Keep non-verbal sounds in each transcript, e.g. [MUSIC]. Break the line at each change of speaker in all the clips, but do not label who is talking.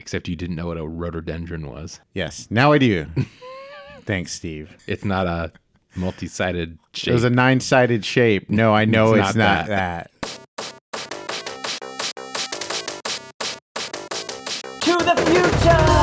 except you didn't know what a rhododendron was.
Yes, now
[LAUGHS]
I do. Thanks, Steve.
It's not a multi-sided shape.
It was a nine-sided shape. No, I know it's,
It's not
not, that.
To the future!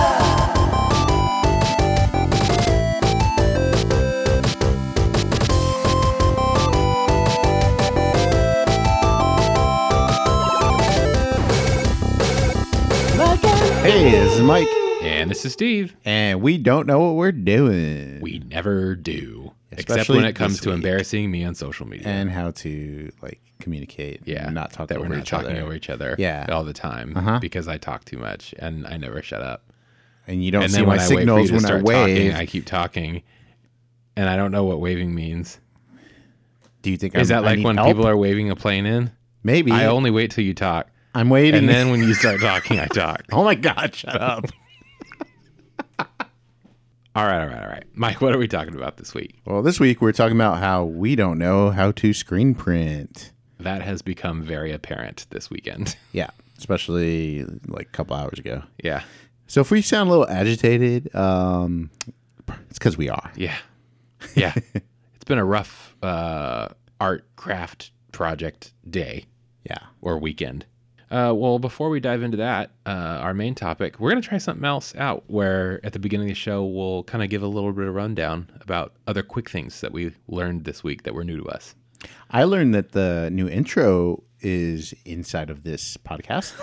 Hey, this is Mike,
and this is Steve.
and we don't know what we're doing
We never do, except
Especially
when it comes
this
to
week.
embarrassing me on social media.
and how to like communicate.
yeah,
and not talk
that
over
we're not
each
talking
other.
over each other.
Yeah.
all the time
Uh-huh.
because I talk too much and I never shut up.
And you don't
and
see my signals when I wave.
talking, I keep talking, and I don't know what waving means.
do you think
Is
I'm,
that like
Um, I need
when
help?
people are waving a plane in?
Maybe
I only wait till you
[LAUGHS]
talk,
I'm waiting.
and then when you start talking, I talk.
oh my god, shut
[LAUGHS]
up!
All right, all right, all right, Mike. What are we talking about this week?
well, this week we're talking about how we don't know how to screen print.
That has become very apparent this weekend. [LAUGHS]
Yeah, especially like a couple hours ago.
yeah,
So if we sound a little agitated, um, it's because we are.
yeah, yeah. [LAUGHS] it's been a rough uh, art craft project day.
Yeah.
or weekend. Uh, well, before we dive into that, uh, our main topic, we're going to try something else out where at the beginning of the show, we'll kind of give a little bit of rundown about other quick things that we learned this week that were new to us.
I learned that the new intro is inside of this
[LAUGHS]
podcast.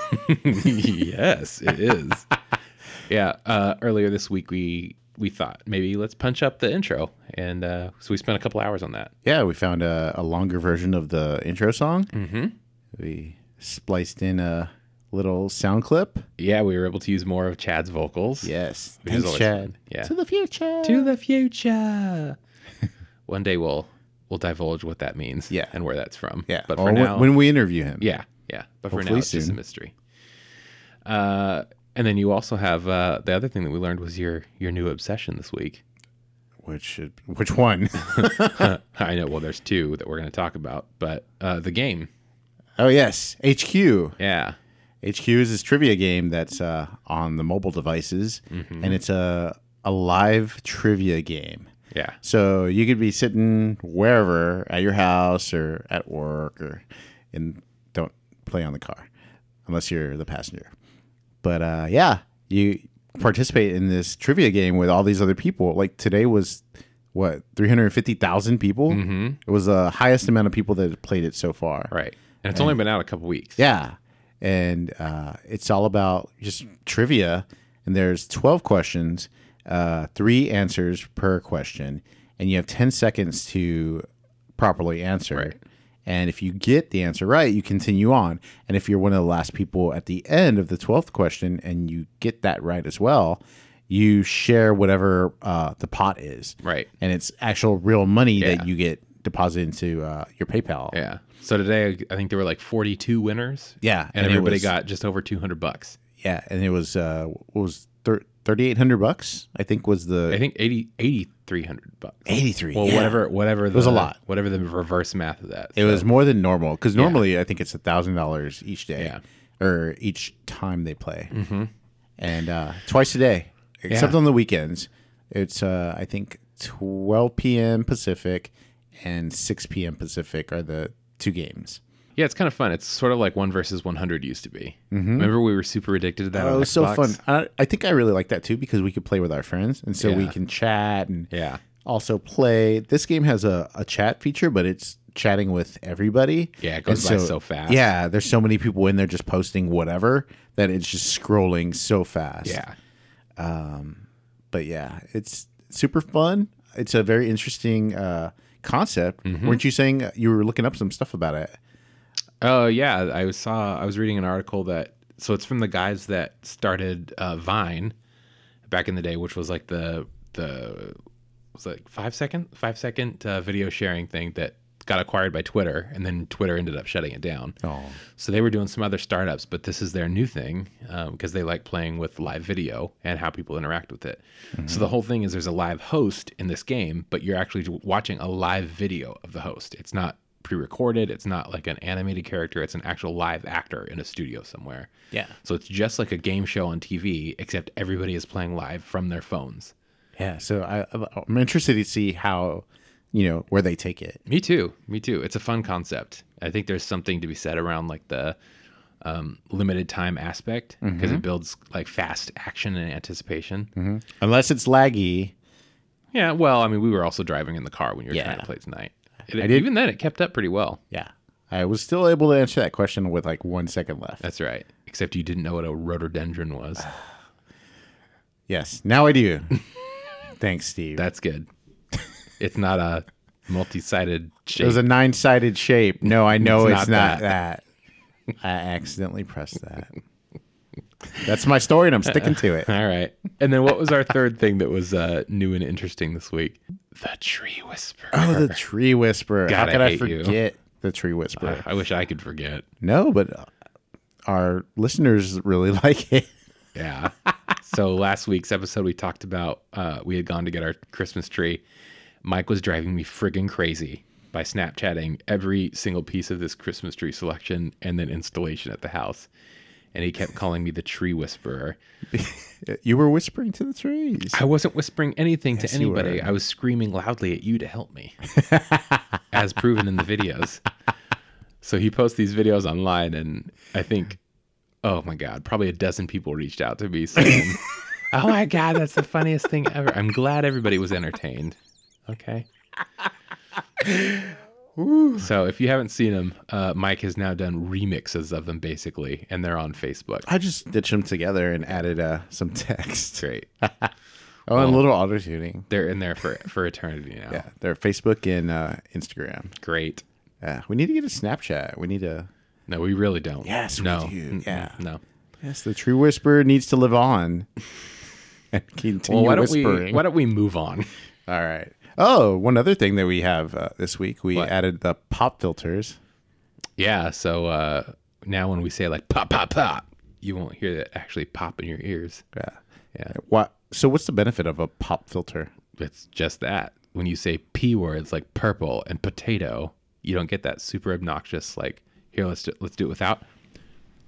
[LAUGHS] yes, it is. [LAUGHS] yeah. Uh, earlier this week, we we thought maybe let's punch up the intro. And uh, so we spent a couple hours on that.
yeah, we found a, a longer version of the intro song. Mm-hmm. We spliced in a little sound clip.
Yeah, we were able to use more of Chad's vocals.
Yes.
Which is
Thanks,
always
Chad.
fun. Yeah.
To the future.
to the future. [LAUGHS] One day we'll we'll divulge what that means.
Yeah.
and where that's from.
yeah.
but
Well,
for
when-
now,
when we interview him.
yeah, yeah. But for now,
Hopefully
it's just a
soon.
mystery. Uh, and then you also have uh, the other thing that we learned was your your new obsession this
[LAUGHS]
week. [LAUGHS]
Which should, which one?
I know. Well, there's two that we're going to talk about, but uh, the game.
oh yes, HQ.
Yeah,
HQ is this trivia game that's uh, on the mobile devices, and it's a a live trivia game.
yeah,
So you could be sitting wherever at your house or at work or and don't play on the car unless you're the passenger. But uh, yeah, you participate in this trivia game with all these other people. Like today was what 350,000 people. Mm-hmm. It was the highest amount of people that had played it so far.
right. And it's only been out a couple weeks.
Yeah. And uh, it's all about just trivia. And there's 12 questions, uh, three answers per question. And you have 10 seconds to properly answer. And if you get the answer right, you continue on. And if you're one of the last people at the end of the 12th question and you get that right as well, you share whatever uh, the pot is.
Right.
And it's actual real money
Yeah.
that you get deposited into uh, your PayPal.
Yeah. So today, I think there were like 42 winners.
Yeah,
and,
and it
everybody
was-
got just over 200 bucks.
Yeah, and it was uh what was thir- 3800 bucks, I think was the
I think 80 8300 bucks.
83.
Well,
yeah.
whatever, whatever. The, it
was a lot.
Whatever the reverse math of that.
It was more than normal cuz normally I think it's $1000 each day
Yeah.
or each time they play. Mm-hmm. And uh twice a day, except on the weekends. It's uh I think 12 p.m. Pacific and 6 p.m. Pacific are the two games.
yeah, it's kind of fun. It's sort of like one versus 100 used to be. Remember, we were super addicted to that.
Mm-hmm. Oh,
on
it was so
Xbox?
fun. I, I think I really like that too because we could play with our friends and so we
Yeah.
can chat and
Yeah,
also play this game has a, a chat feature but it's chatting with everybody
Yeah, it goes
And
by so fast.
yeah there's so many people in there just posting whatever that it's just scrolling so fast
yeah,
but yeah it's super fun it's a very interesting uh concept weren't you saying you were looking up some stuff about it
oh yeah. I was saw. I was reading an article that. So it's from the guys that started uh, Vine back in the day, which was like the the was it like five second five second uh, video sharing thing that got acquired by Twitter, and then Twitter ended up shutting it down.
oh
So they were doing some other startups, but this is their new thing because they like playing with live video and how people interact with it. So the whole thing is there's a live host in this game, but you're actually watching a live video of the host. It's not pre-recorded. It's not like an animated character. It's an actual live actor in a studio somewhere.
Yeah.
So it's just like a game show on TV, except everybody is playing live from their phones.
Yeah, so I, I'm interested to see how, you know, where they take it.
Me too. Me too. It's a fun concept. I think there's something to be said around like the um, limited time aspect because
Mm-hmm.
it builds like fast action and anticipation.
Unless it's laggy.
Yeah. Well, I mean, we were also driving in the car when you were trying
Yeah.
to play tonight. It,
I did-
Even then, it kept up pretty well.
Yeah. I was still able to answer that question with like one second left.
That's right. Except you didn't know what a rhododendron
[SIGHS]
was.
Yes, now I [LAUGHS] do. Thanks, Steve.
That's good. It's not a multi-sided
[LAUGHS] it
shape.
was a nine sided shape. No, I know it's,
It's not
not, that. I accidentally pressed that. That's my story, and I'm sticking to [LAUGHS] it.
All right. And then what was our third thing that was uh, new and interesting this week? The tree whisperer.
Oh, the tree whisperer.
God,
How
I
could I,
hate you.
forget the tree whisperer?
I wish I could forget.
no, but uh, our listeners really [LAUGHS] like it.
Yeah. [LAUGHS] so last week's episode, we talked about uh, we had gone to get our Christmas tree. Mike was driving me friggin' crazy by Snapchatting every single piece of this Christmas tree selection and then installation at the house. And he kept calling me the tree whisperer.
You were whispering to the trees.
I wasn't whispering anything to
you were.
anybody. I was screaming loudly at you to help
[LAUGHS]
me, as proven in the videos. So he posts these videos online, and I think, oh my God, probably a dozen people reached out to me
[LAUGHS]
saying, oh my God, that's the funniest thing ever. I'm glad everybody was entertained. Okay. So if you haven't seen them, uh, Mike has now done remixes of them basically, and they're on Facebook.
I just ditched them together and added uh, some text.
Great.
[LAUGHS] Oh, and a little auto tuning.
They're in there for, for eternity now.
Yeah, they're Facebook and uh, Instagram.
Great.
Yeah, we need to get a Snapchat. We need to.
No, we really don't.
Yes, we
no.
do.
Mm-mm,
Yeah.
No.
Yes, the tree whisperer needs to live on [LAUGHS] and continue
Well, why don't we
whispering.
why don't we move on? [LAUGHS]
All right. Oh, one other thing that we have uh, this week, we
What?
added the pop filters.
Yeah, so uh now when we say like pop pop pop, you won't hear that actually pop in your ears.
Yeah.
Yeah.
What? So, what's the benefit of a pop filter?
It's just that. When you say p words like purple and potato, you don't get that super obnoxious like here let's do, let's do it without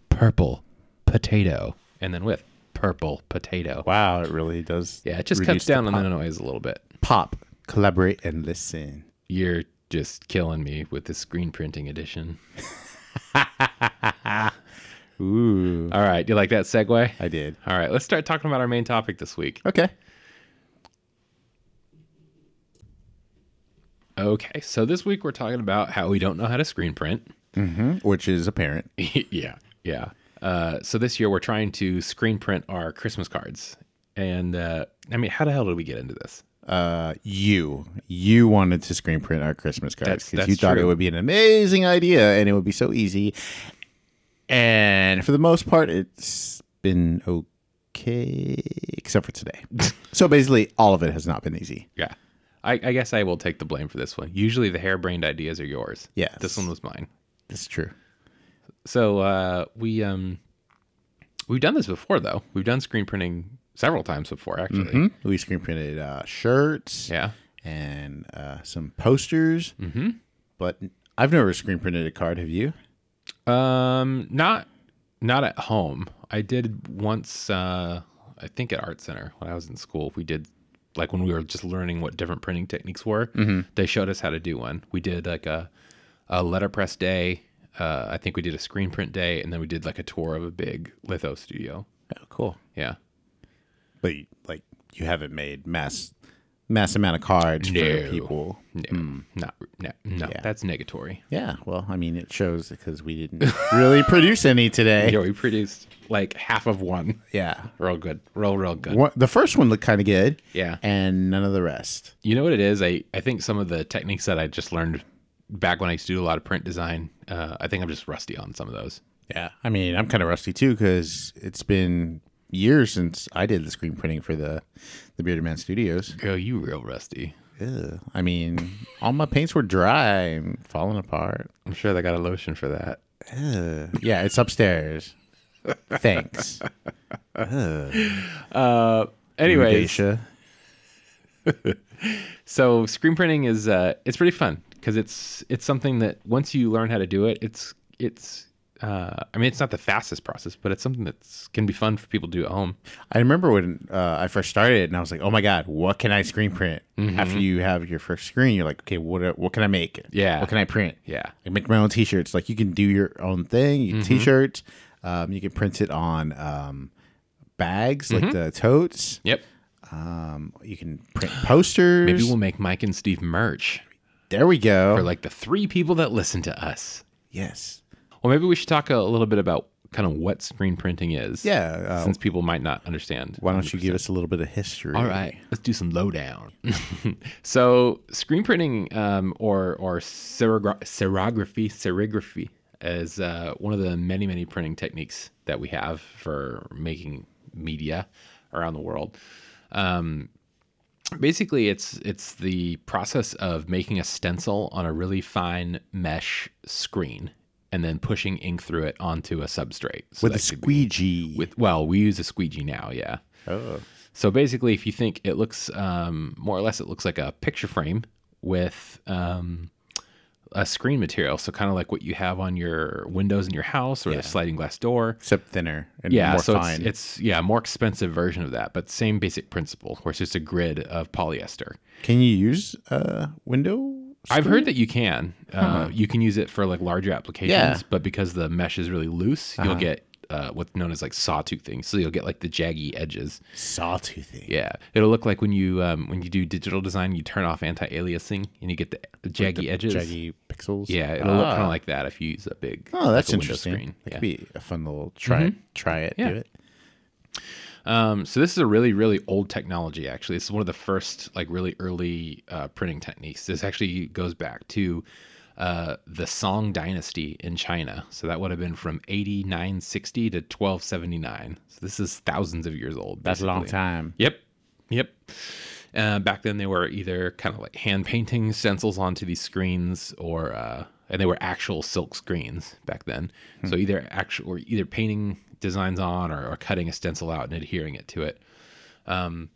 purple potato and then with purple potato.
Wow, it really does.
Yeah, it just
reduce
cuts
the
down on
pop.
the noise a little bit.
pop. Collaborate and listen.
You're just killing me with the screen printing edition.
Ooh,
All right, you like that segue?
I did.
All right, let's start talking about our main topic this week.
Okay.
Okay, so this week we're talking about how we don't know how to screen print. [LAUGHS]
Which is apparent.
yeah, yeah. Uh, so this year we're trying to screen print our Christmas cards. And uh, I mean, how the hell did we get into this?
Uh, you you wanted to screen print our Christmas cards
That's-
because
that's
you thought it
true.
would be an amazing idea and it would be so easy. And for the most part, it's been okay, except for today. so basically, all of it has not been easy.
Yeah, I, I guess I will take the blame for this one. Usually the harebrained ideas are yours.
Yes.
this one was mine.
That's true.
So uh, we um, we've done this before though. We've done screen printing several times before actually.
We screen printed uh, shirts
Yeah.
and uh, some posters, mm-hmm. but I've never screen printed a card. Have you?
Um, not not at home. I did once. Uh, I think at Art Center when I was in school, we did like when we were just learning what different printing techniques were. They showed us how to do one. We did like a a letterpress day. Uh, I think we did a screen print day, and then we did like a tour of a big litho studio.
Oh, cool.
Yeah.
but you- like you haven't made mass mass amount of cards for
No.
people.
No, not no, no that's negatory.
Yeah, well, I mean, it shows because we didn't really produce any today. [LAUGHS]
Yeah, we produced like half of one.
Yeah,
Real good, real real good.
One- the first one looked kind of good.
Yeah.
and none of the rest.
You know what it is? I, I think some of the techniques that I just learned back when I used to do a lot of print design, uh, I think I'm just rusty on some of those.
Yeah, I mean, I'm kind of rusty too because it's been years since I did the screen printing for the the Bearded Man Studios.
Girl, you real rusty.
Ugh. I mean, all my paints were dry and falling apart.
I'm sure they got a lotion for that.
Ugh. Yeah, it's [LAUGHS] upstairs. Thanks.
Anyways,
Rudacea.
so screen printing is uh, it's pretty fun because it's it's something that once you learn how to do it, it's it's. Uh, I mean, it's not the fastest process, but it's something that's can be fun for people to do at home.
I remember when uh, I first started it, and I was like, "Oh my god, what can I screen print?"
Mm-hmm.
After you have your first screen, you're like, "Okay, what what can I make?
Yeah.
what can I print?
Yeah. Mm-hmm.
I make my own T-shirts. Like you can do your own thing. You T-shirts. Um, you can print it on um, bags
Mm-hmm.
like the totes.
Yep.
Um, you can print posters.
Maybe we'll make Mike and Steve merch
there we go.
for like the three people that listen to us.
yes.
Well, maybe we should talk a little bit about kind of what screen printing is.
Yeah. Uh,
Since people might not understand.
why don't you give us a little bit of history?
All right, let's do some lowdown. [LAUGHS] so, screen printing um, or or serigra- serigraphy, serigraphy is uh, one of the many many printing techniques that we have for making media around the world. Um, basically, it's it's the process of making a stencil on a really fine mesh screen and then pushing ink through it onto a substrate So
With a
that could be-
squeegee.
with well, we use a squeegee now, yeah.
oh.
So basically, if you think it looks um, more or less, it looks like a picture frame with um, a screen material. So kind of like what you have on your windows in your house or the sliding glass door.
Except thinner and
Yeah,
more
so it's,
fine.
it's yeah more expensive version of that, but same basic principle, where it's just a grid of polyester.
Can you use uh, window?
I've heard that you can uh,
Uh-huh.
you can use it for like larger applications, but because the mesh is really loose, you'll
Uh-huh.
get uh, what's known as like sawtooth things. So you'll get like the jaggy edges.
sawtoothy.
Yeah, it'll look like when you um, when you do digital design, you turn off anti-aliasing and you get the jaggy edges.
Jaggy pixels.
Yeah, it'll look kind of like that if you use a big
Oh, that's
like a window
interesting.
screen.
That
Yeah. Mm-hmm.
could be a fun little try. Try it.
Yeah.
Do it.
Um, so this is a really really old technology. Actually, this is one of the first like really early uh, printing techniques. This actually goes back to uh, the Song Dynasty in China. So that would have been from 8960 to 1279. So this is thousands of years old.
That's a long
basically.
time.
Yep. Yep. Uh, back then, they were either kind of like hand painting stencils onto these screens, or uh, and they were actual silk screens back then. So either actual or either painting designs on, or, or cutting a stencil out and adhering it to it. Um,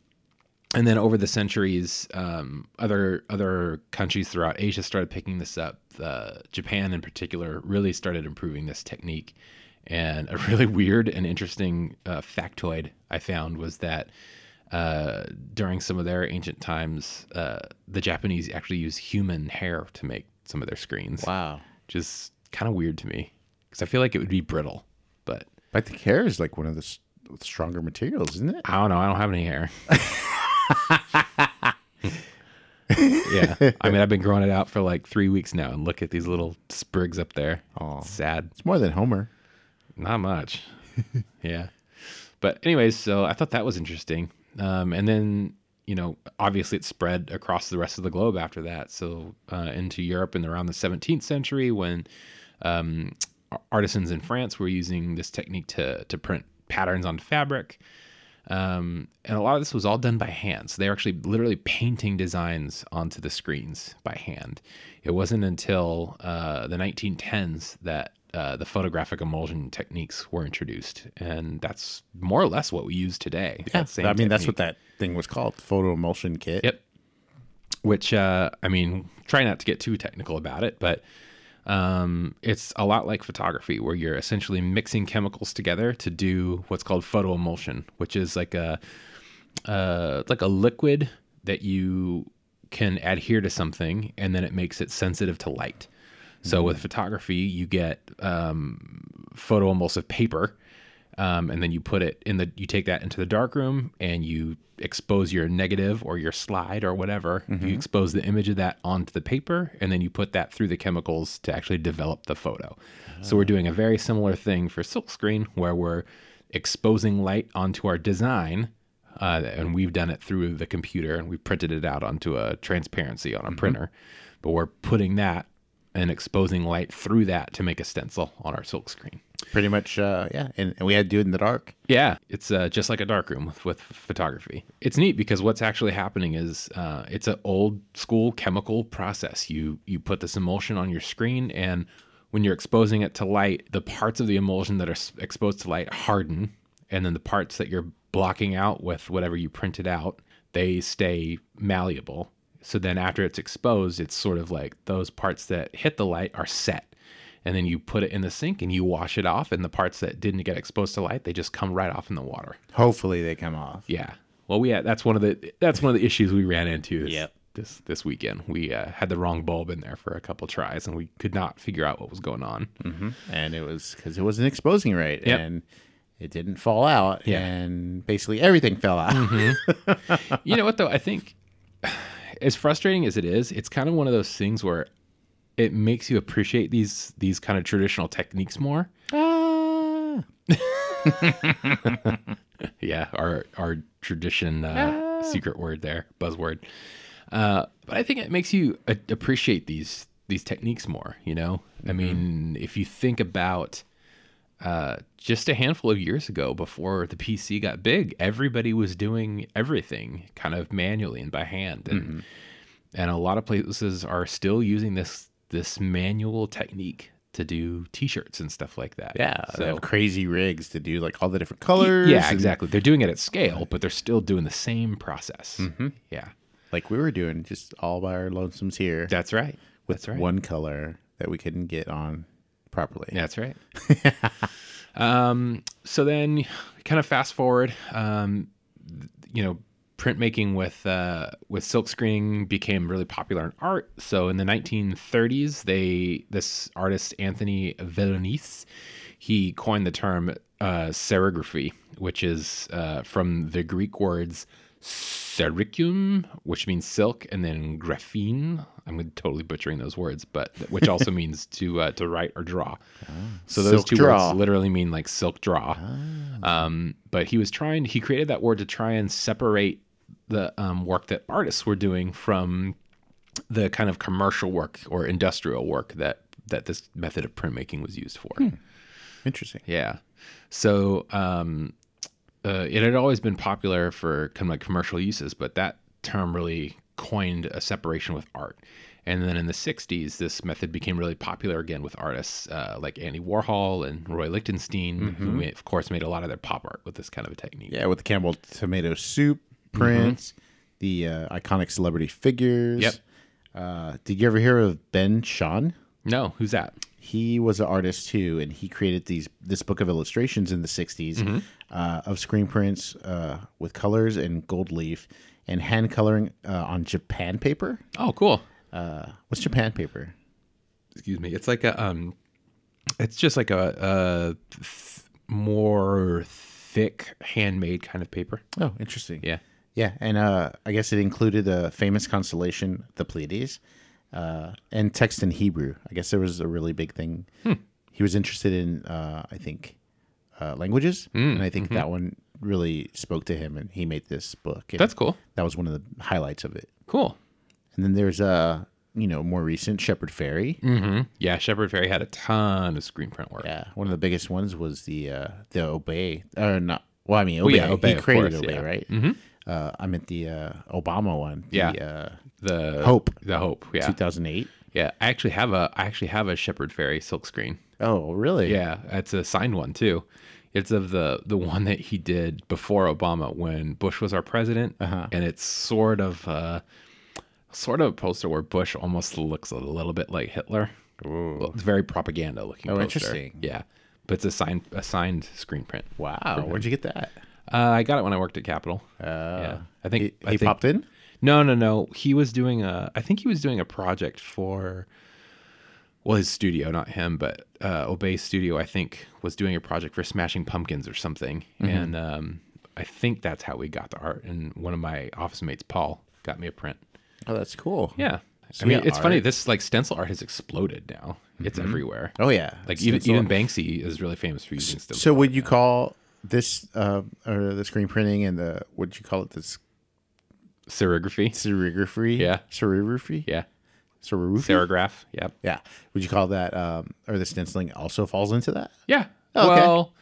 and then over the centuries, um, other other countries throughout Asia started picking this up. Uh, Japan, in particular, really started improving this technique. And a [LAUGHS] really weird and interesting uh, factoid I found was that uh, during some of their ancient times, uh, the Japanese actually used human hair to make some of their screens,
Wow.
which is kind of weird to me because I feel like it would be brittle. But
But I think hair is like one of the s- stronger materials, isn't it?
I don't know. I don't have any hair. yeah, I mean, I've been growing it out for like three weeks now, and look at these little sprigs up there.
Aw.
Sad.
It's more than Homer.
Not much. yeah. But anyways, so I thought that was interesting. Um, and then, you know, obviously it spread across the rest of the globe after that. So uh, into Europe and around the 17th century when um, ar- artisans in France were using this technique to, to print patterns on fabric. Um, and a lot of this was all done by hand. So they were actually literally painting designs onto the screens by hand. It wasn't until uh, the 1910s that uh, the photographic emulsion techniques were introduced. And that's more or less what we use today. that
I
same
mean, that's
technique.
what that thing was called, photo emulsion kit.
Yep. Which uh, I mean, try not to get too technical about it, but um, it's a lot like photography, where you're essentially mixing chemicals together to do what's called photo emulsion, which is like a uh, like a liquid that you can adhere to something, and then it makes it sensitive to light. So with photography, you get um, photoemulsive paper, um, and then you put it in the you take that into the darkroom and you expose your negative or your slide or whatever. You expose the image of that onto the paper, and then you put that through the chemicals to actually develop the photo. So we're doing a very similar thing for silkscreen, where we're exposing light onto our design. Uh, and we've done it through the computer and we printed it out onto a transparency on a printer. But we're putting that and exposing light through that to make a stencil on our silk screen.
Pretty much, uh, yeah. And, and we had to do it in the dark.
Yeah, it's uh, just like a darkroom with, with photography. It's neat because what's actually happening is uh, it's an old school chemical process. You you put this emulsion on your screen, and when you're exposing it to light, the parts of the emulsion that are s- exposed to light harden, and then the parts that you're blocking out with whatever you printed out, they stay malleable. So then after it's exposed, it's sort of like those parts that hit the light are set. And then you put it in the sink and you wash it off. And the parts that didn't get exposed to light, they just come right off in the water.
Hopefully they come off.
Yeah. Well, we had, that's one of the that's one of the issues we ran into this
Yep.
this this weekend. We uh, had the wrong bulb in there for a couple tries, and we could not figure out what was going on.
And it was because it wasn't exposing right,
Yep.
and it didn't fall out,
Yeah. Mm-hmm.
and basically everything fell out.
you know what though? I think as frustrating as it is, it's kind of one of those things where it makes you appreciate these these kind of traditional techniques more.
[LAUGHS] Ah.
Yeah, our our tradition uh, secret word there, buzzword. Uh, but I think it makes you a- appreciate these these techniques more. You know, I mean, if you think about uh, just a handful of years ago, before the PC got big, everybody was doing everything kind of manually and by hand, and and a lot of places are still using this this manual technique to do T-shirts and stuff like that.
Yeah, they
so
have crazy rigs to do like all the different colors.
yeah,
and,
exactly. They're doing it at scale, but they're still doing the same process.
Mm-hmm.
Yeah,
Like we were doing just all by our lonesomes here
that's right.
with
that's right.
one color that we couldn't get on properly.
That's right. [LAUGHS] um, so then, kind of fast forward. Um, th- you know, printmaking with uh, with silk screening became really popular in art. So in the 1930s, they this artist Anthony Veronese, he coined the term uh, serigraphy, which is uh, from the Greek words sericum, which means silk, and then graphene. I'm totally butchering those words, but which
[LAUGHS]
also means to uh, to write or draw. So those
Ah. Silk
two
draw. Ah.
words literally mean like silk draw. Um, but he was trying. He created that word to try and separate the um, work that artists were doing from the kind of commercial work or industrial work that that this method of printmaking was used for.
Interesting.
Yeah. So um, uh, it had always been popular for kind of like commercial uses, but that term really coined a separation with art. And then in the 60s, this method became really popular again with artists uh, like Andy Warhol and Roy Lichtenstein, who, ma- of course, made a lot of their pop art with this kind of a technique.
Yeah, with the Campbell tomato soup
Mm-hmm.
prints, the uh, iconic celebrity figures.
Yep.
Uh, did you ever hear of Ben Sean?
No, who's that?
He was an artist too, and he created these this book of illustrations in the '60s
Mm-hmm.
uh, of screen prints uh, with colors and gold leaf and hand coloring uh, on Japan paper.
Oh, cool.
Uh, what's Japan paper?
Excuse me. It's like a, um, it's just like a, a th- more thick handmade kind of paper.
Oh, interesting.
Yeah.
Yeah, and uh, I guess it included the famous constellation, the Pleiades, uh, and text in Hebrew. I guess there was a really big thing.
Hmm.
He was interested in, uh, I think, uh, languages,
Hmm,
and I
mm-hmm.
think that one really spoke to him, and he made this book. and
That's cool.
That was one of the highlights of it.
Cool.
And then there's uh, you know, more recent Shepherd Ferry.
Hmm. Yeah, Shepard Fairey had a ton of screen print work.
Yeah, one of the biggest ones was the uh, the Obey or not. Well, I mean, Obey.
yeah, Obey,
he
of
created
course,
Obey,
yeah. Mm-hmm.
right? Uh, I meant the uh, Obama one. The,
Yeah.
uh,
The
Hope.
the hope. Yeah,
2008.
yeah. I actually have a I actually have a Shepard Fairey silk screen.
Oh, really?
Yeah, it's a signed one too. It's of the the one that he did before Obama when Bush was our president, and it's sort of uh, sort of a poster where Bush almost looks a little bit like Hitler. Well, It's very propaganda looking.
Oh,
poster.
interesting.
Yeah, but it's a signed a signed screen print.
Wow. Where'd you get that?
Uh, I got it when I worked at Capitol. Uh, yeah, I think
Oh. He,
I
he
think-
popped in.
No, no, no. He was doing a. I think he was doing a project for. Well, his studio, not him, but uh, Obey Studio, I think, was doing a project for Smashing Pumpkins or something,
Mm-hmm.
and um, I think that's how we got the art. And one of my office mates, Paul, got me a print.
Oh, that's cool.
Yeah,
Sweet
I mean, it's funny.
art.
This like stencil art has exploded now. It's everywhere.
Oh yeah.
Like
Stencil.
even, even Banksy is really famous for using stencil.
So would you call this uh, or the screen printing and the what you call it this
serigraphy.
serigraphy?
Yeah.
Serigraphy.
Yeah,
Serigraphy.
serigraph. Yep.
yeah. Would you call that um, or the stenciling also falls into that?
Yeah.
Okay.
Well,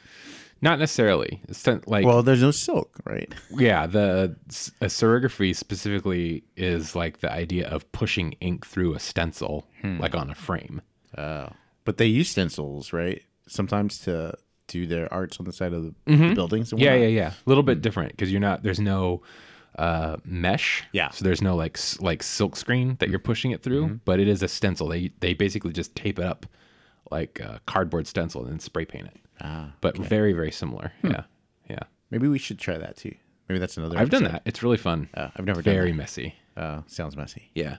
not necessarily. It's not like
Well, there's no silk, right?
yeah the s- a serigraphy specifically is like the idea of pushing ink through a stencil like on a frame
But they use stencils, right? Sometimes to do their arts on the side of the, the buildings. And
Mm-hmm. yeah Hmm.
whatnot.
yeah yeah a little bit different because you're not there's no uh, mesh.
Yeah.
So there's no like s- like silk screen that you're pushing it through, but it is a stencil. They they basically just tape it up like a cardboard stencil and spray paint it. Ah, but very very similar. Yeah. Yeah.
Maybe we should try that too. Maybe that's another.
I've done that. It's really fun.
Uh, I've never done
very messy.
that. Uh, sounds messy.
Yeah.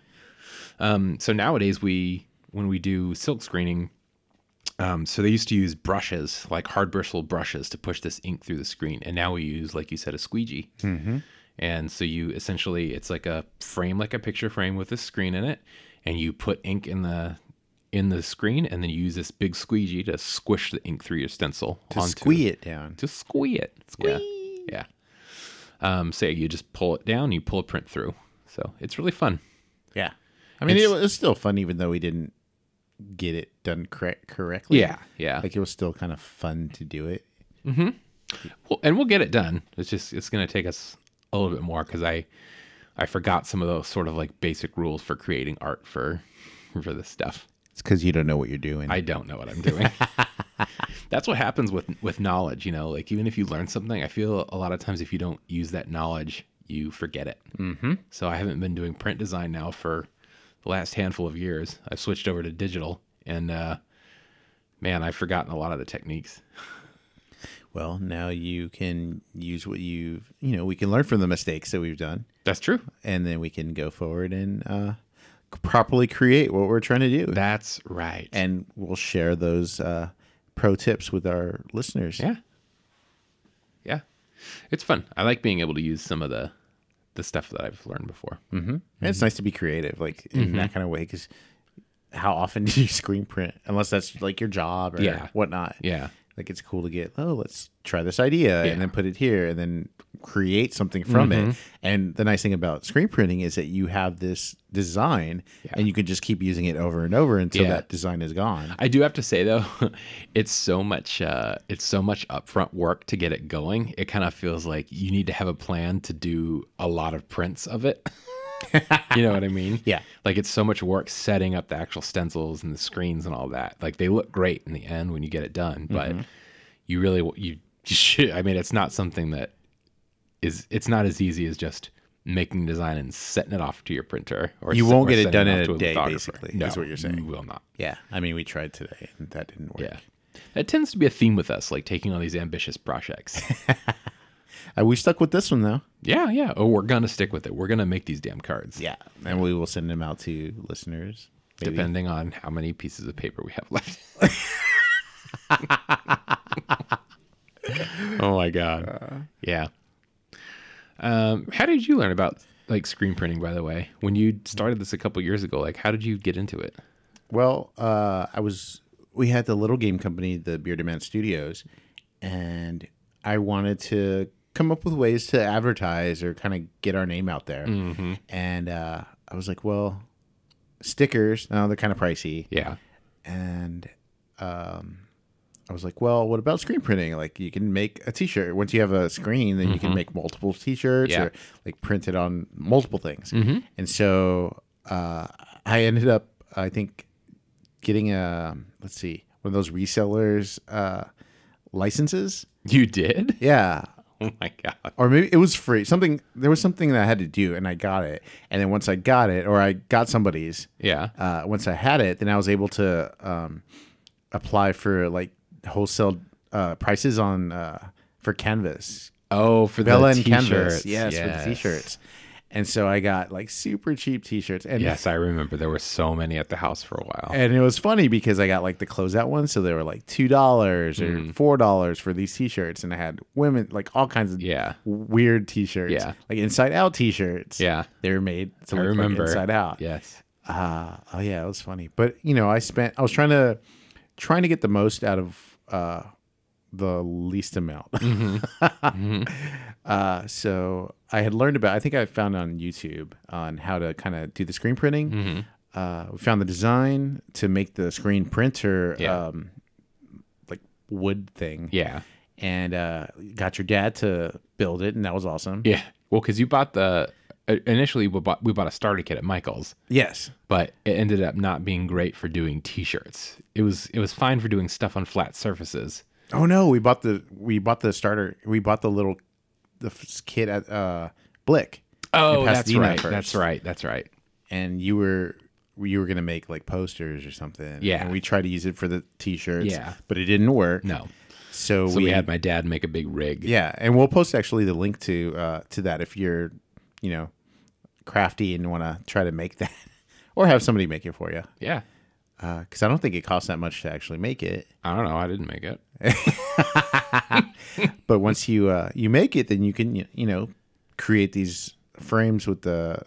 Um, so nowadays we when we do silk screening, um, so they used to use brushes like hard bristle brushes to push this ink through the screen, and now we use like you said a squeegee. Mm-hmm. And so you essentially it's like a frame, like a picture frame with a screen in it, and you put ink in the in the screen, and then you use this big squeegee to squish the ink through your stencil
To squee it down.
to squee it. Squee. Yeah. yeah. Um, so you just pull it down, you pull a print through. So it's really fun.
Yeah. I mean, it
It's-
was still fun, even though we didn't get it done correct correctly.
Yeah.
Like it was still kind of fun to do it.
Well, and we'll get it done. It's just it's going to take us a little bit more because I I forgot some of those sort of like basic rules for creating art for for this stuff.
It's because you don't know what you're doing.
I don't know what I'm [LAUGHS] doing. That's what happens with with knowledge, you know. Like even if you learn something, I feel a lot of times if you don't use that knowledge, you forget it. Mm-hmm. So I haven't been doing print design now for the last handful of years. I've switched over to digital, and uh, man, I've forgotten a lot of the techniques.
well, now you can use what you've, you know, we can learn from the mistakes that we've done,
That's true.
and then we can go forward and uh, c- properly create what we're trying to do.
That's right.
and we'll share those uh, pro tips with our listeners.
Yeah. Yeah. It's fun. I like being able to use some of the the stuff that I've learned before. Hmm.
And
Mm-hmm.
it's nice to be creative, like in that kind of way, because how often [LAUGHS] do you screen print? Unless that's like your job or
Yeah.
whatnot.
Yeah.
Like it's cool to get, oh, let's try this idea
Yeah. Mm-hmm.
and then put it here and then create something from it. And the nice thing about screen printing is that you have this design and you can just keep using it over and over until
Yeah.
that design is gone.
I do have to say though, [LAUGHS] it's so much uh, it's so much upfront work to get it going. It kind of feels like you need to have a plan to do a lot of prints of it. [LAUGHS] you know what I [LAUGHS] mean?
Yeah.
Like it's so much work setting up the actual stencils and the screens and all that. Like they look great in the end when you get it done, but
Mm-hmm.
you really you [LAUGHS] should. I mean, it's not something that is. It's not as easy as just making design and setting it off to your printer. Or
You
se-
won't
or
get it
sending
done in
off
a
to
day,
lithographer.
basically, is what you're saying.
You will not.
Yeah. I mean, we tried today and that didn't work.
Yeah. That tends to be a theme with us, like taking on these ambitious
[LAUGHS]
projects.
Uh, we stuck with this one though.
yeah, yeah. Oh, we're gonna stick with it. We're gonna make these damn cards.
Yeah. And we will send them out to listeners. maybe.
Depending on how many pieces of paper we have [LAUGHS] left. oh my god. yeah. Um, how did you learn about like screen printing, by the way? When you started this a couple years ago, like how did you get into it?
Well, uh, I was. We had the little game company, the Bearded Man Studios, and I wanted to come up with ways to advertise or kind of get our name out there. And uh, I was like, well, stickers, no, they're kind of pricey.
Yeah. [LAUGHS]
And um, I was like, well, what about screen printing? Like, you can make a T-shirt once you have a screen, then you can make multiple T-shirts
Yeah.
or like print it on multiple things. And so uh, I ended up, I think, getting a let's see, one of those resellers uh, licenses.
You did?
Yeah,
Oh my god.
or maybe it was free. Something there was something that I had to do, and I got it. And then once I got it, or I got somebody's,
Yeah.
uh, once I had it, then I was able to um, apply for like wholesale uh, prices on uh, for Canvas,
Oh, for
Bella
the
and
t-shirts.
Canvas, yes, for the t-shirts. And so I got like super cheap t-shirts, and
Yes, I remember there were so many at the house for a while.
and it was funny because I got like the closeout ones, so they were like two dollars or
Mm.
four dollars for these t-shirts, and I had women like all kinds of
Yeah.
weird t-shirts,
Yeah.
like inside out t-shirts,
Yeah.
they were made to
I
look like
remember.
inside out,
Yes.
Uh, oh yeah, it was funny. But you know, I spent I was trying to trying to get the most out of uh the least amount.
Mm-hmm.
[LAUGHS] Uh so I had learned about I think I found on YouTube on how to kind of do the screen printing.
Mm-hmm.
Uh we found the design to make the screen printer
Yeah.
um like wood thing.
Yeah.
And uh got your dad to build it and that was awesome.
Yeah. Well, because you bought the uh, initially we bought we bought a starter kit at Michaels,
Yes.
but it ended up not being great for doing t-shirts. It was it was fine for doing stuff on flat surfaces.
Oh no, we bought the we bought the starter. We bought the little the f- kit at uh Blick.
Oh, that's
Pasadena
right.
first.
That's right. That's right.
and you were you were gonna make like posters or something.
Yeah.
and we tried to use it for the t-shirts.
Yeah.
but it didn't work.
No.
so,
So we, had my dad make a big rig.
yeah, and we'll post actually the link to uh, to that if you're you know crafty and want to try to make [LAUGHS] that or have somebody make it for you
Yeah.
because I don't think it costs that much to actually make it.
I don't know. I didn't make it.
But once you uh, you make it, then you can you you know create these frames with the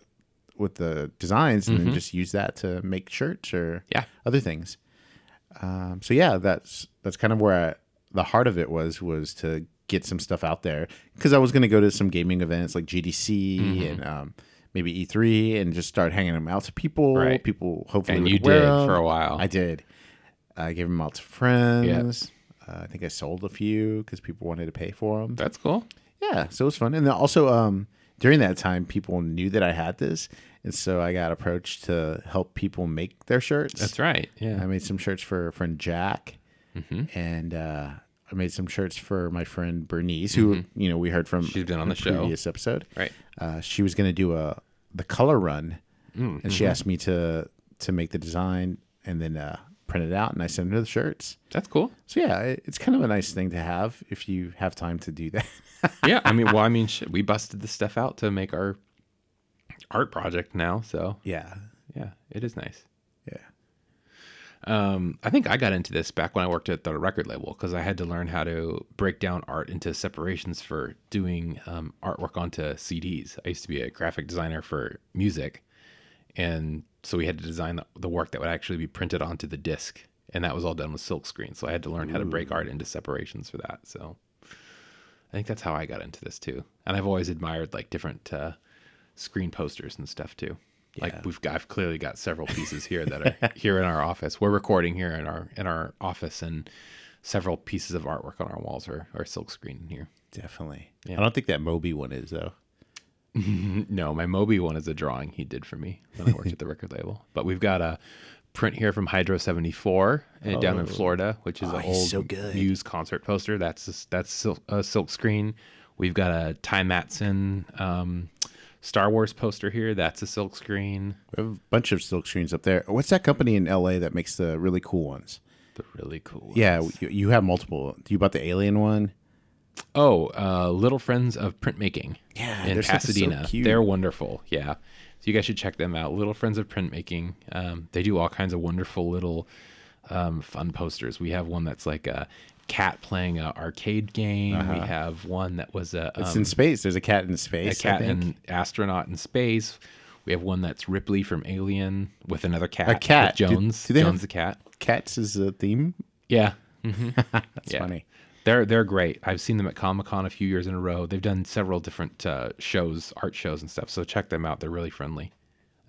with the designs and then just use that to make shirts or
Yeah.
other things. Um, so yeah, that's that's kind of where I, the heart of it was was to get some stuff out there because I was going to go to some gaming events like GDC
Mm-hmm.
and um, maybe E3 and just start hanging them out to people.
Right.
People hopefully
And
would
you
wear
did
'em.
for a while.
I did. I gave them out to friends. Uh, I think I sold a few because people wanted to pay for them.
That's cool.
Yeah, so it was fun. And then also um, during that time, people knew that I had this, and so I got approached to help people make their shirts.
That's right. Yeah.
I made some shirts for a friend Jack,
Mm-hmm.
and uh, I made some shirts for my friend Bernice, who you know we heard from.
Mm-hmm. She's been on
in
the show.
previous episode.
Right.
Uh, she was going to do a the color run,
Mm,
and
mm-hmm.
she asked me to to make the design and then uh, print it out, and I sent her the shirts.
That's cool.
So yeah, it, it's kind of a nice thing to have if you have time to do that. [LAUGHS]
yeah, I mean, well, I mean, shit, we busted the stuff out to make our art project now, so
yeah.
yeah, it is nice.
Yeah.
Um, I think I got into this back when I worked at the record label because I had to learn how to break down art into separations for doing um, artwork onto CDs. I used to be a graphic designer for music, and so we had to design the, the work that would actually be printed onto the disc, and that was all done with silkscreen. So I had to learn how to break art into separations for that. So I think that's how I got into this too. And I've always admired like different uh, screen posters and stuff too. Like we've got, I've clearly got several pieces here that are here in our office. We're recording here in our in our office, and several pieces of artwork on our walls are are silk screen in here.
Definitely. I don't think that Moby one is though.
No, my Moby one is a drawing he did for me when I worked at the record label. But we've got a print here from Hydro 74 and down in Florida, which is an
he's
old
so good.
Muse concert poster. That's a, that's sil- a silk screen. We've got a Ty Matson um, Star Wars poster here. That's a silk screen.
We have a bunch of silk screens up there. What's that company in LA that makes the really cool ones?
The really cool.
Yeah, you, you have multiple. You bought the alien one.
Oh, uh, Little Friends of Printmaking.
Yeah,
in
their stuff is so
Pasadena,
cute.
they're wonderful. Yeah, so you guys should check them out. Little Friends of Printmaking. Um, they do all kinds of wonderful little um, fun posters. We have one that's like a cat playing a arcade game. We
Uh-huh.
have one that was a,
It's
um,
in space. There's a cat in
a
space.
cat
I think.
and astronaut in space. We have one that's Ripley from Alien with another cat. with
cat. Do-
Jones.
do they have-
Jones the cat.
cats is a theme.
Yeah.
That's
Yeah.
funny.
They're they're great. I've seen them at Comic Con a few years in a row. They've done several different uh, shows, art shows and stuff. So check them out. They're really friendly.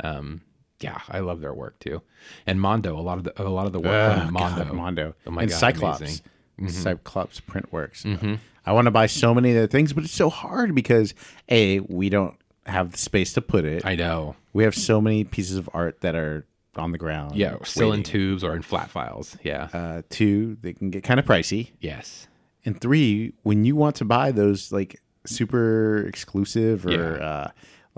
Um, yeah, I love their work too. And Mondo, a lot of the a lot of the work
Oh,
from Uh, Mondo.
God, Mondo.
Oh my
and
God,
Cyclops.
amazing. Mm-hmm.
Cyclops Printworks. I want to buy so many of their things, but it's so hard because a we don't have the space to put it.
I know.
we have so many pieces of art that are on the ground.
Yeah, still in
waiting.
tubes or in flat files. Yeah.
Uh, two, they can get kind of pricey.
yes.
and three when you want to buy those like super exclusive or
Yeah.
uh,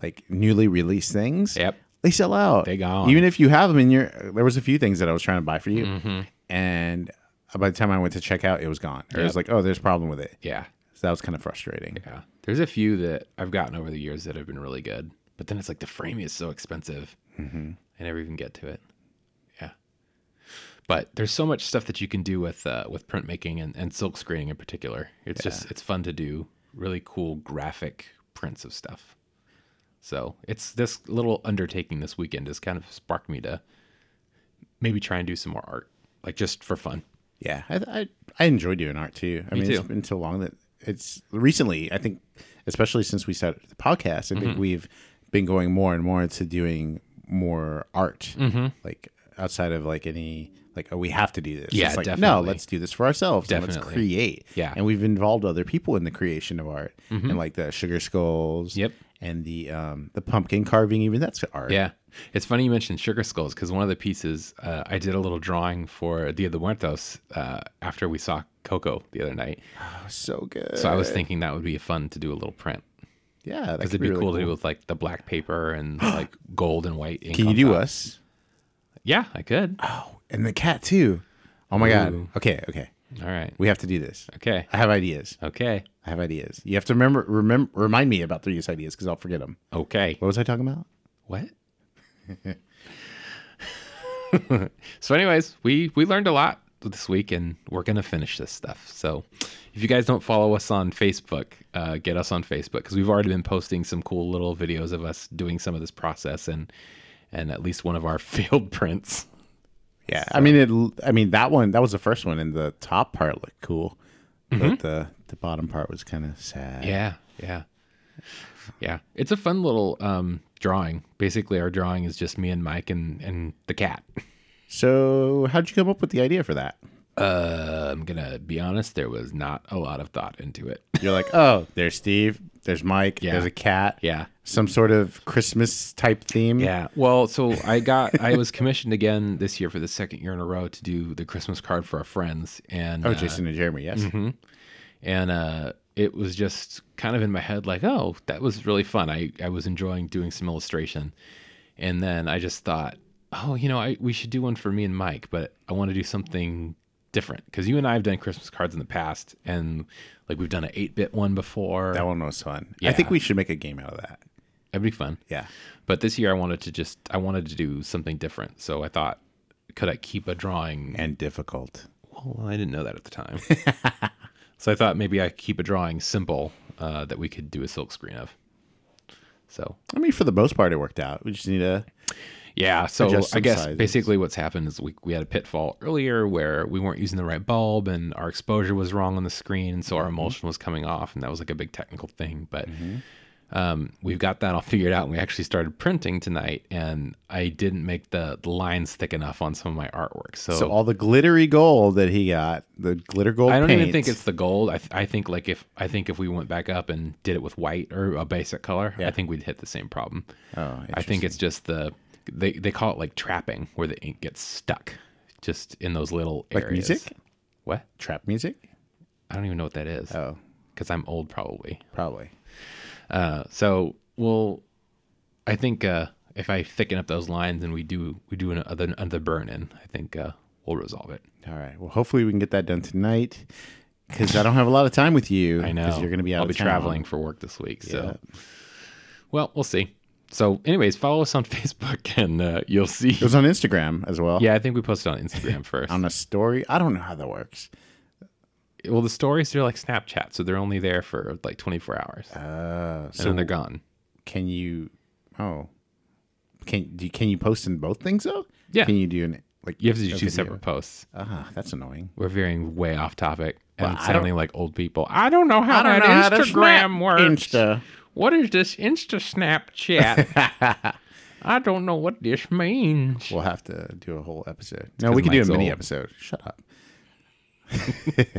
like newly released things
Yep.
they sell out
They gone.
even if you have them in your there was a few things that i was trying to buy for you
Mm-hmm.
and uh, by the time i went to check out it was gone or it was like oh there's a problem with it
Yeah.
so that was kind of frustrating
Yeah. There's a few that I've gotten over the years that have been really good, but then it's like the framing is so expensive. I never even get to it. Yeah. But there's so much stuff that you can do with uh, with printmaking and, and silk screening in particular. It's just it's fun to do really cool graphic prints of stuff. So it's this little undertaking this weekend has kind of sparked me to maybe try and do some more art, like just for fun.
yeah i i, I enjoy doing art too i mean it's
too.
been so long that it's recently i think especially since we started the podcast i think
Mm-hmm.
we've been going more and more into doing more art
Mm-hmm.
like outside of like any like oh we have to do this
Yeah,
it's like no
definitely.
let's do this for ourselves and let's
Definitely.
create
Yeah. Mm-hmm.
and we've involved other people in the creation of art and like the sugar skulls
Yep.
and the um the pumpkin carving even that's art
Yeah. It's funny you mentioned sugar skulls because one of the pieces uh, I did a little drawing for Dia de Muertos uh, after we saw Coco the other night.
so good
So I was thinking that would be fun to do a little print.
Yeah, that
Because it'd
could
be,
really
cool, to do with like the black paper
[GASPS]
and like gold and white ink.
Can you
on
do
top.
us
Yeah, I could.
and the cat too? Oh my god.
Ooh.
Okay, okay.
All right.
We have to do this.
Okay.
I have ideas.
Okay.
I have ideas. You have to remember, remember, remind me about these ideas because I'll forget them.
Okay.
What was I talking about?
What? so, anyways, we we learned a lot this week, and we're gonna finish this stuff. So, if you guys don't follow us on Facebook, uh, get us on Facebook because we've already been posting some cool little videos of us doing some of this process and and at least one of our [LAUGHS] failed prints.
Yeah, I mean it. l- I mean that one. That was the first one, and the top part looked cool, but the the bottom part was kind of sad.
Mm-hmm. Yeah, yeah, yeah. It's a fun little um, drawing. Basically, our drawing is just me and Mike and and the cat.
So how'd you come up with the idea for that?
Uh, I'm gonna be honest. There was not a lot of thought into it.
You're like, [LAUGHS] oh, there's Steve, there's Mike,
Yeah.
there's a cat,
yeah.
some sort of Christmas type theme.
Yeah. Well, so I got I was commissioned again this year for the second year in a row to do the Christmas card for our friends and
Oh,
uh,
Jason and Jeremy, yes.
and uh it was just kind of in my head like, oh, that was really fun. I I was enjoying doing some illustration. And then I just thought, oh, you know, I we should do one for me and Mike, but I want to do something different cuz you and I have done Christmas cards in the past and like we've done an 8-bit one before.
That one was fun. I
Yeah.
think we should make a game out of that.
That'd be fun.
Yeah.
But this year I wanted to just I wanted to do something different. So I thought could I keep a drawing
And difficult.
Oh, Well, I didn't know that at the
[LAUGHS]
time. so I thought maybe I could keep a drawing simple uh, that we could do a silk screen of. So
I mean, for the most part, it worked out. We just need a
yeah, so
Adjust
I
some
guess
sizes.
basically what's happened is we we had a pitfall earlier where we weren't using the right bulb and our exposure was wrong on the screen, and so
Mm-hmm.
our emulsion was coming off, and that was like a big technical thing. But
Mm-hmm.
um, we've got that all figured out, and we actually started printing tonight. And I didn't make the, the lines thick enough on some of my artwork,
So all the glittery gold that he got, the glitter gold.
I don't even
paint,
think it's the gold. I, th- I think like if I think if we went back up and did it with white or a basic color, I think we'd hit the same problem.
Oh,
I think it's just the they they call it like trapping, where the ink gets stuck, just in those little
like
areas.
music,
What?
trap music.
I don't even know what that is.
Oh,
because I'm old probably.
probably.
Uh, so well, I think uh, if I thicken up those lines and we do we do another another burn in, I think uh, we'll resolve it.
All right. Well, hopefully we can get that done tonight because I don't have a lot of time with
[LAUGHS]
you.
I know
because you're going to be out.
I'll
of
be
town.
traveling for work this week. So, well, we'll see. So, anyways, follow us on [LAUGHS] Facebook, and uh, you'll see.
It was on Instagram as well.
Yeah, I think we posted on
[LAUGHS]
Instagram first.
On a story. I don't know how that works.
well, the stories are like Snapchat, so they're only there for like 24 hours,
Uh,
and
so
then they're gone.
can you? Oh, can do, can you post in both things though?
Yeah.
Can you do an like?
You have to do
a
two
video?
separate posts.
Ah, that's annoying.
We're veering way off topic and
I don't-
sounding like old people. I don't know how that Instagram works.
Insta.
What is this Insta Snapchat?
[LAUGHS]
I don't know what this means.
We'll have to do a whole episode. No,
'cause
we could do a
Mike's
mini
old.
episode. Shut up.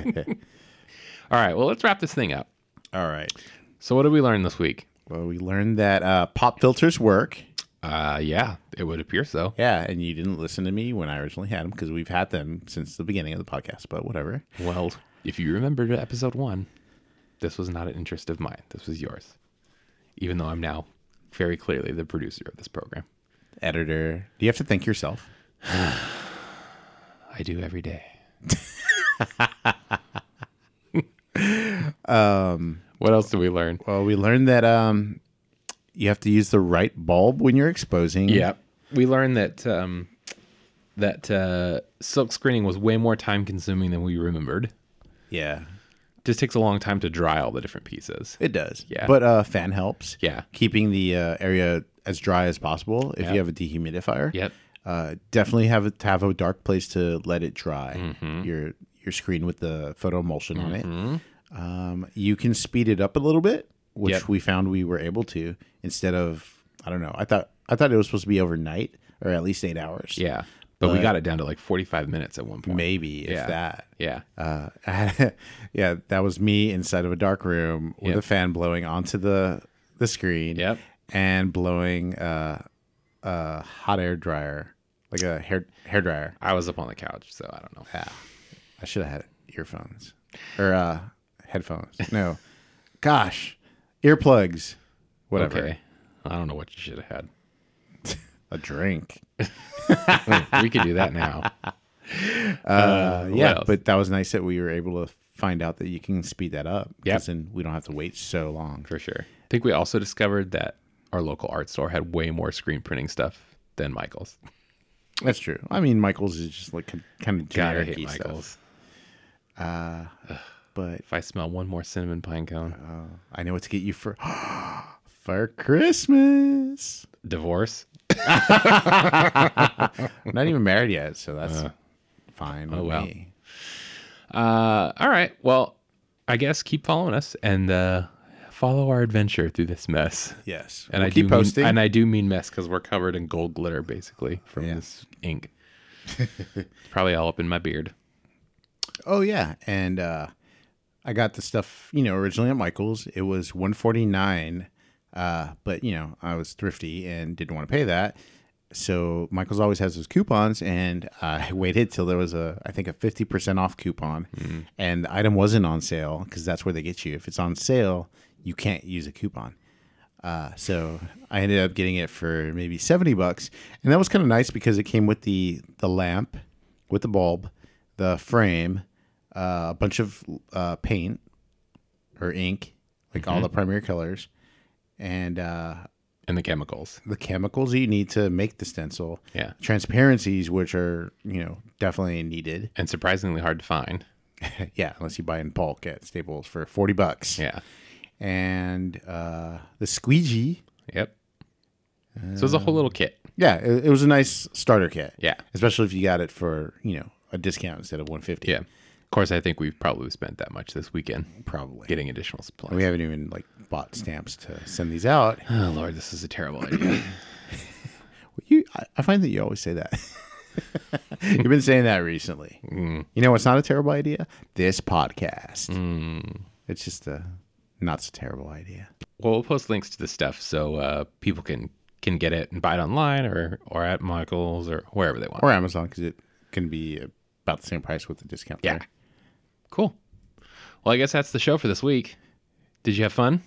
All right, well, let's wrap this thing up.
All right.
So, what did we learn this week?
Well, we learned that uh, pop filters work.
Uh, yeah, it would appear so.
Yeah, and you didn't listen to me when I originally had them because we've had them since the beginning of the podcast. But whatever.
Well, if you remember episode one, this was not an interest of mine. This was yours, even though I'm now very clearly the producer of this program.
Editor, do you have to thank yourself?
I do every day. [LAUGHS] um, what else did we learn?
Well, we learned that um, you have to use the right bulb when you're exposing.
Yeah, we learned that um, that uh, silk screening was way more time consuming than we remembered.
yeah,
Just takes a long time to dry all the different pieces.
it does.
Yeah.
but uh, fan helps.
Yeah.
keeping the uh, area as dry as possible if
Yep.
you have a dehumidifier.
Yep.
Uh, definitely have a, to have a dark place to let it dry
Mm-hmm.
your your screen with the photo emulsion on it. Um, you can speed it up a little bit, which
Yep.
we found we were able to instead of I don't know. I thought I thought it was supposed to be overnight or at least eight hours.
Yeah, but, we got it down to like 45 minutes at one point.
maybe if
Yeah.
that. [LAUGHS]
Yeah.
Uh, yeah, that was me inside of a dark room with
Yep.
a fan blowing onto the the screen.
Yep.
and blowing uh, a hot air dryer, like a hair hair dryer.
I was up on the couch, so I don't know.
Yeah, I should have had [LAUGHS] earphones or uh, headphones. No, gosh, earplugs. Whatever.
Okay. I don't know what you should have had.
A
Uh,
drink.
we could do that now. [LAUGHS]
Uh, yeah,
else?
but that was nice that we were able to find out that you can speed that up. 'cause
Yep.
Then we don't have to wait so long.
For sure. I think we also discovered that our local art store had way more screen printing stuff than Michael's.
That's true. I mean, Michael's is just like kind of
God, I
generic
hate
stuff.
Michael's.
But
If I smell one more cinnamon pine cone,
I know what to get you for [GASPS] for Christmas.
divorce.
I'm not even married yet, so that's fine. Oh
Uh-huh. well.
well.
Uh, all right. Well, I guess keep following us and uh, follow our adventure through this mess.
Yes,
And
We'll
I
keep
do
posting.
Mean, and I do mean mess because we're covered in gold glitter basically from
Yeah.
this ink. [LAUGHS] it's probably all up in my beard.
oh yeah, and uh, I got the stuff you know originally at Michael's. It was 149, uh, but you know I was thrifty and didn't want to pay that. So Michael's always has those coupons, and [LAUGHS] I waited till there was a I think a 50 percent off coupon, and the item wasn't on sale because that's where they get you. If it's on sale, you can't use a coupon. Uh, so I ended up getting it for maybe seventy bucks, and that was kind of nice because it came with the the lamp, with the bulb, the frame, uh, a bunch of uh, paint or ink, like
Mm-hmm.
all the primary colors, and uh,
And the chemicals.
the chemicals that you need to make the stencil.
Yeah.
transparencies, which are you know definitely needed.
And surprisingly hard to find.
yeah, unless you buy in bulk at Staples for forty bucks.
Yeah.
and uh, the squeegee.
Yep. so it's a whole little kit.
Yeah, it, it was a nice starter kit.
Yeah.
especially if you got it for you know a discount instead of 150
Yeah. Of course, I think we've probably spent that much this weekend
probably Oh,
getting additional supplies.
we haven't even like bought stamps to send these out
Oh Lord, this is a terrible idea. [COUGHS]
you i, I find that you always say that [LAUGHS] you've been saying that recently
Mm.
you know what's not a terrible idea this podcast
Mm.
it's just a not so terrible idea
well, we'll post links to this stuff so uh, people can can get it and buy it online or or at Michaels or wherever they want.
or amazon because it can be about the same price with the discount
Yeah.
there.
Cool. Well, I guess that's the show for this week. Did you have fun?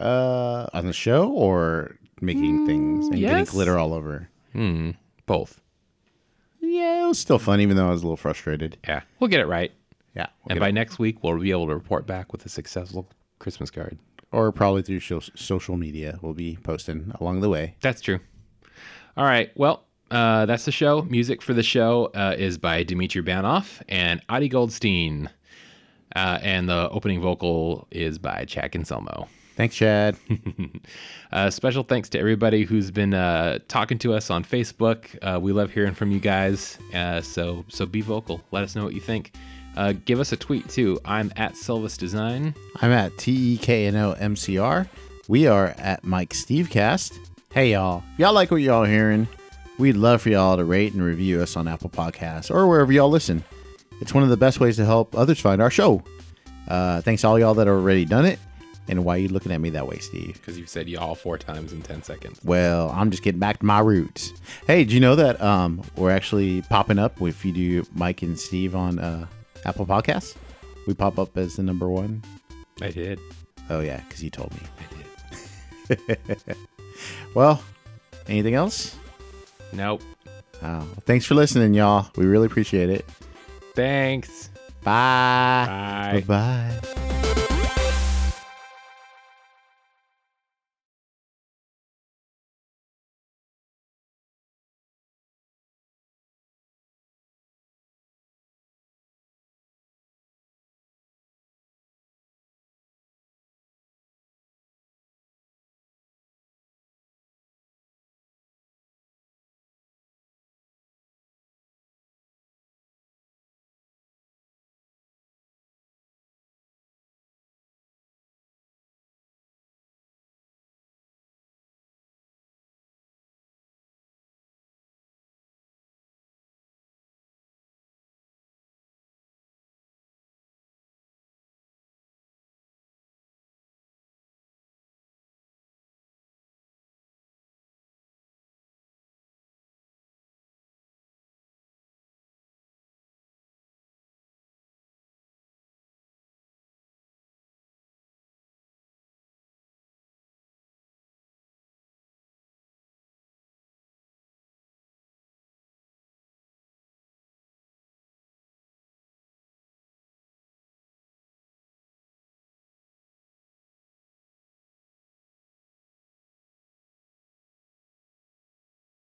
uh on the show or making things and getting
Mm, yes.
glitter all over
Both.
yeah it was still fun even though i was a little frustrated
Yeah, we'll get it right.
yeah we'll
and
get
by next week, we'll be able to report back with a successful Christmas card.
or probably through sho- social media. We'll be posting along the way.
That's true. All right. Well, uh, that's the show. Music for the show uh, is by Dimitri Banoff and Adi Goldstein. Uh, and the opening vocal is by Chad Anselmo.
Thanks,
[LAUGHS]
Chad.
Uh, special thanks to everybody who's been uh, talking to us on Facebook. Uh, we love hearing from you guys. Uh, so so be vocal. Let us know what you think. Uh, give us a tweet too. I'm at Silvis Design.
I'm at T E K N O M C R. We are at Mike Stevecast. Hey, y'all. If Y'all like what y'all hearing? We'd love for y'all to rate and review us on Apple Podcasts or wherever y'all listen. It's one of the best ways to help others find our show. Uh, thanks to all y'all that already done it. And why are you looking at me that way, Steve?
Because you've said y'all four times in 10 seconds.
Well, I'm just getting back to my roots. Hey, do you know that um, we're actually popping up if you do Mike and Steve on uh, Apple Podcasts? We pop up as the number one.
I did.
Oh yeah, because you told me.
I did.
[LAUGHS] Well, anything else?
Nope.
Uh, thanks for listening, y'all. We really appreciate it.
Thanks. Bye.
Bye. Bye. Bye.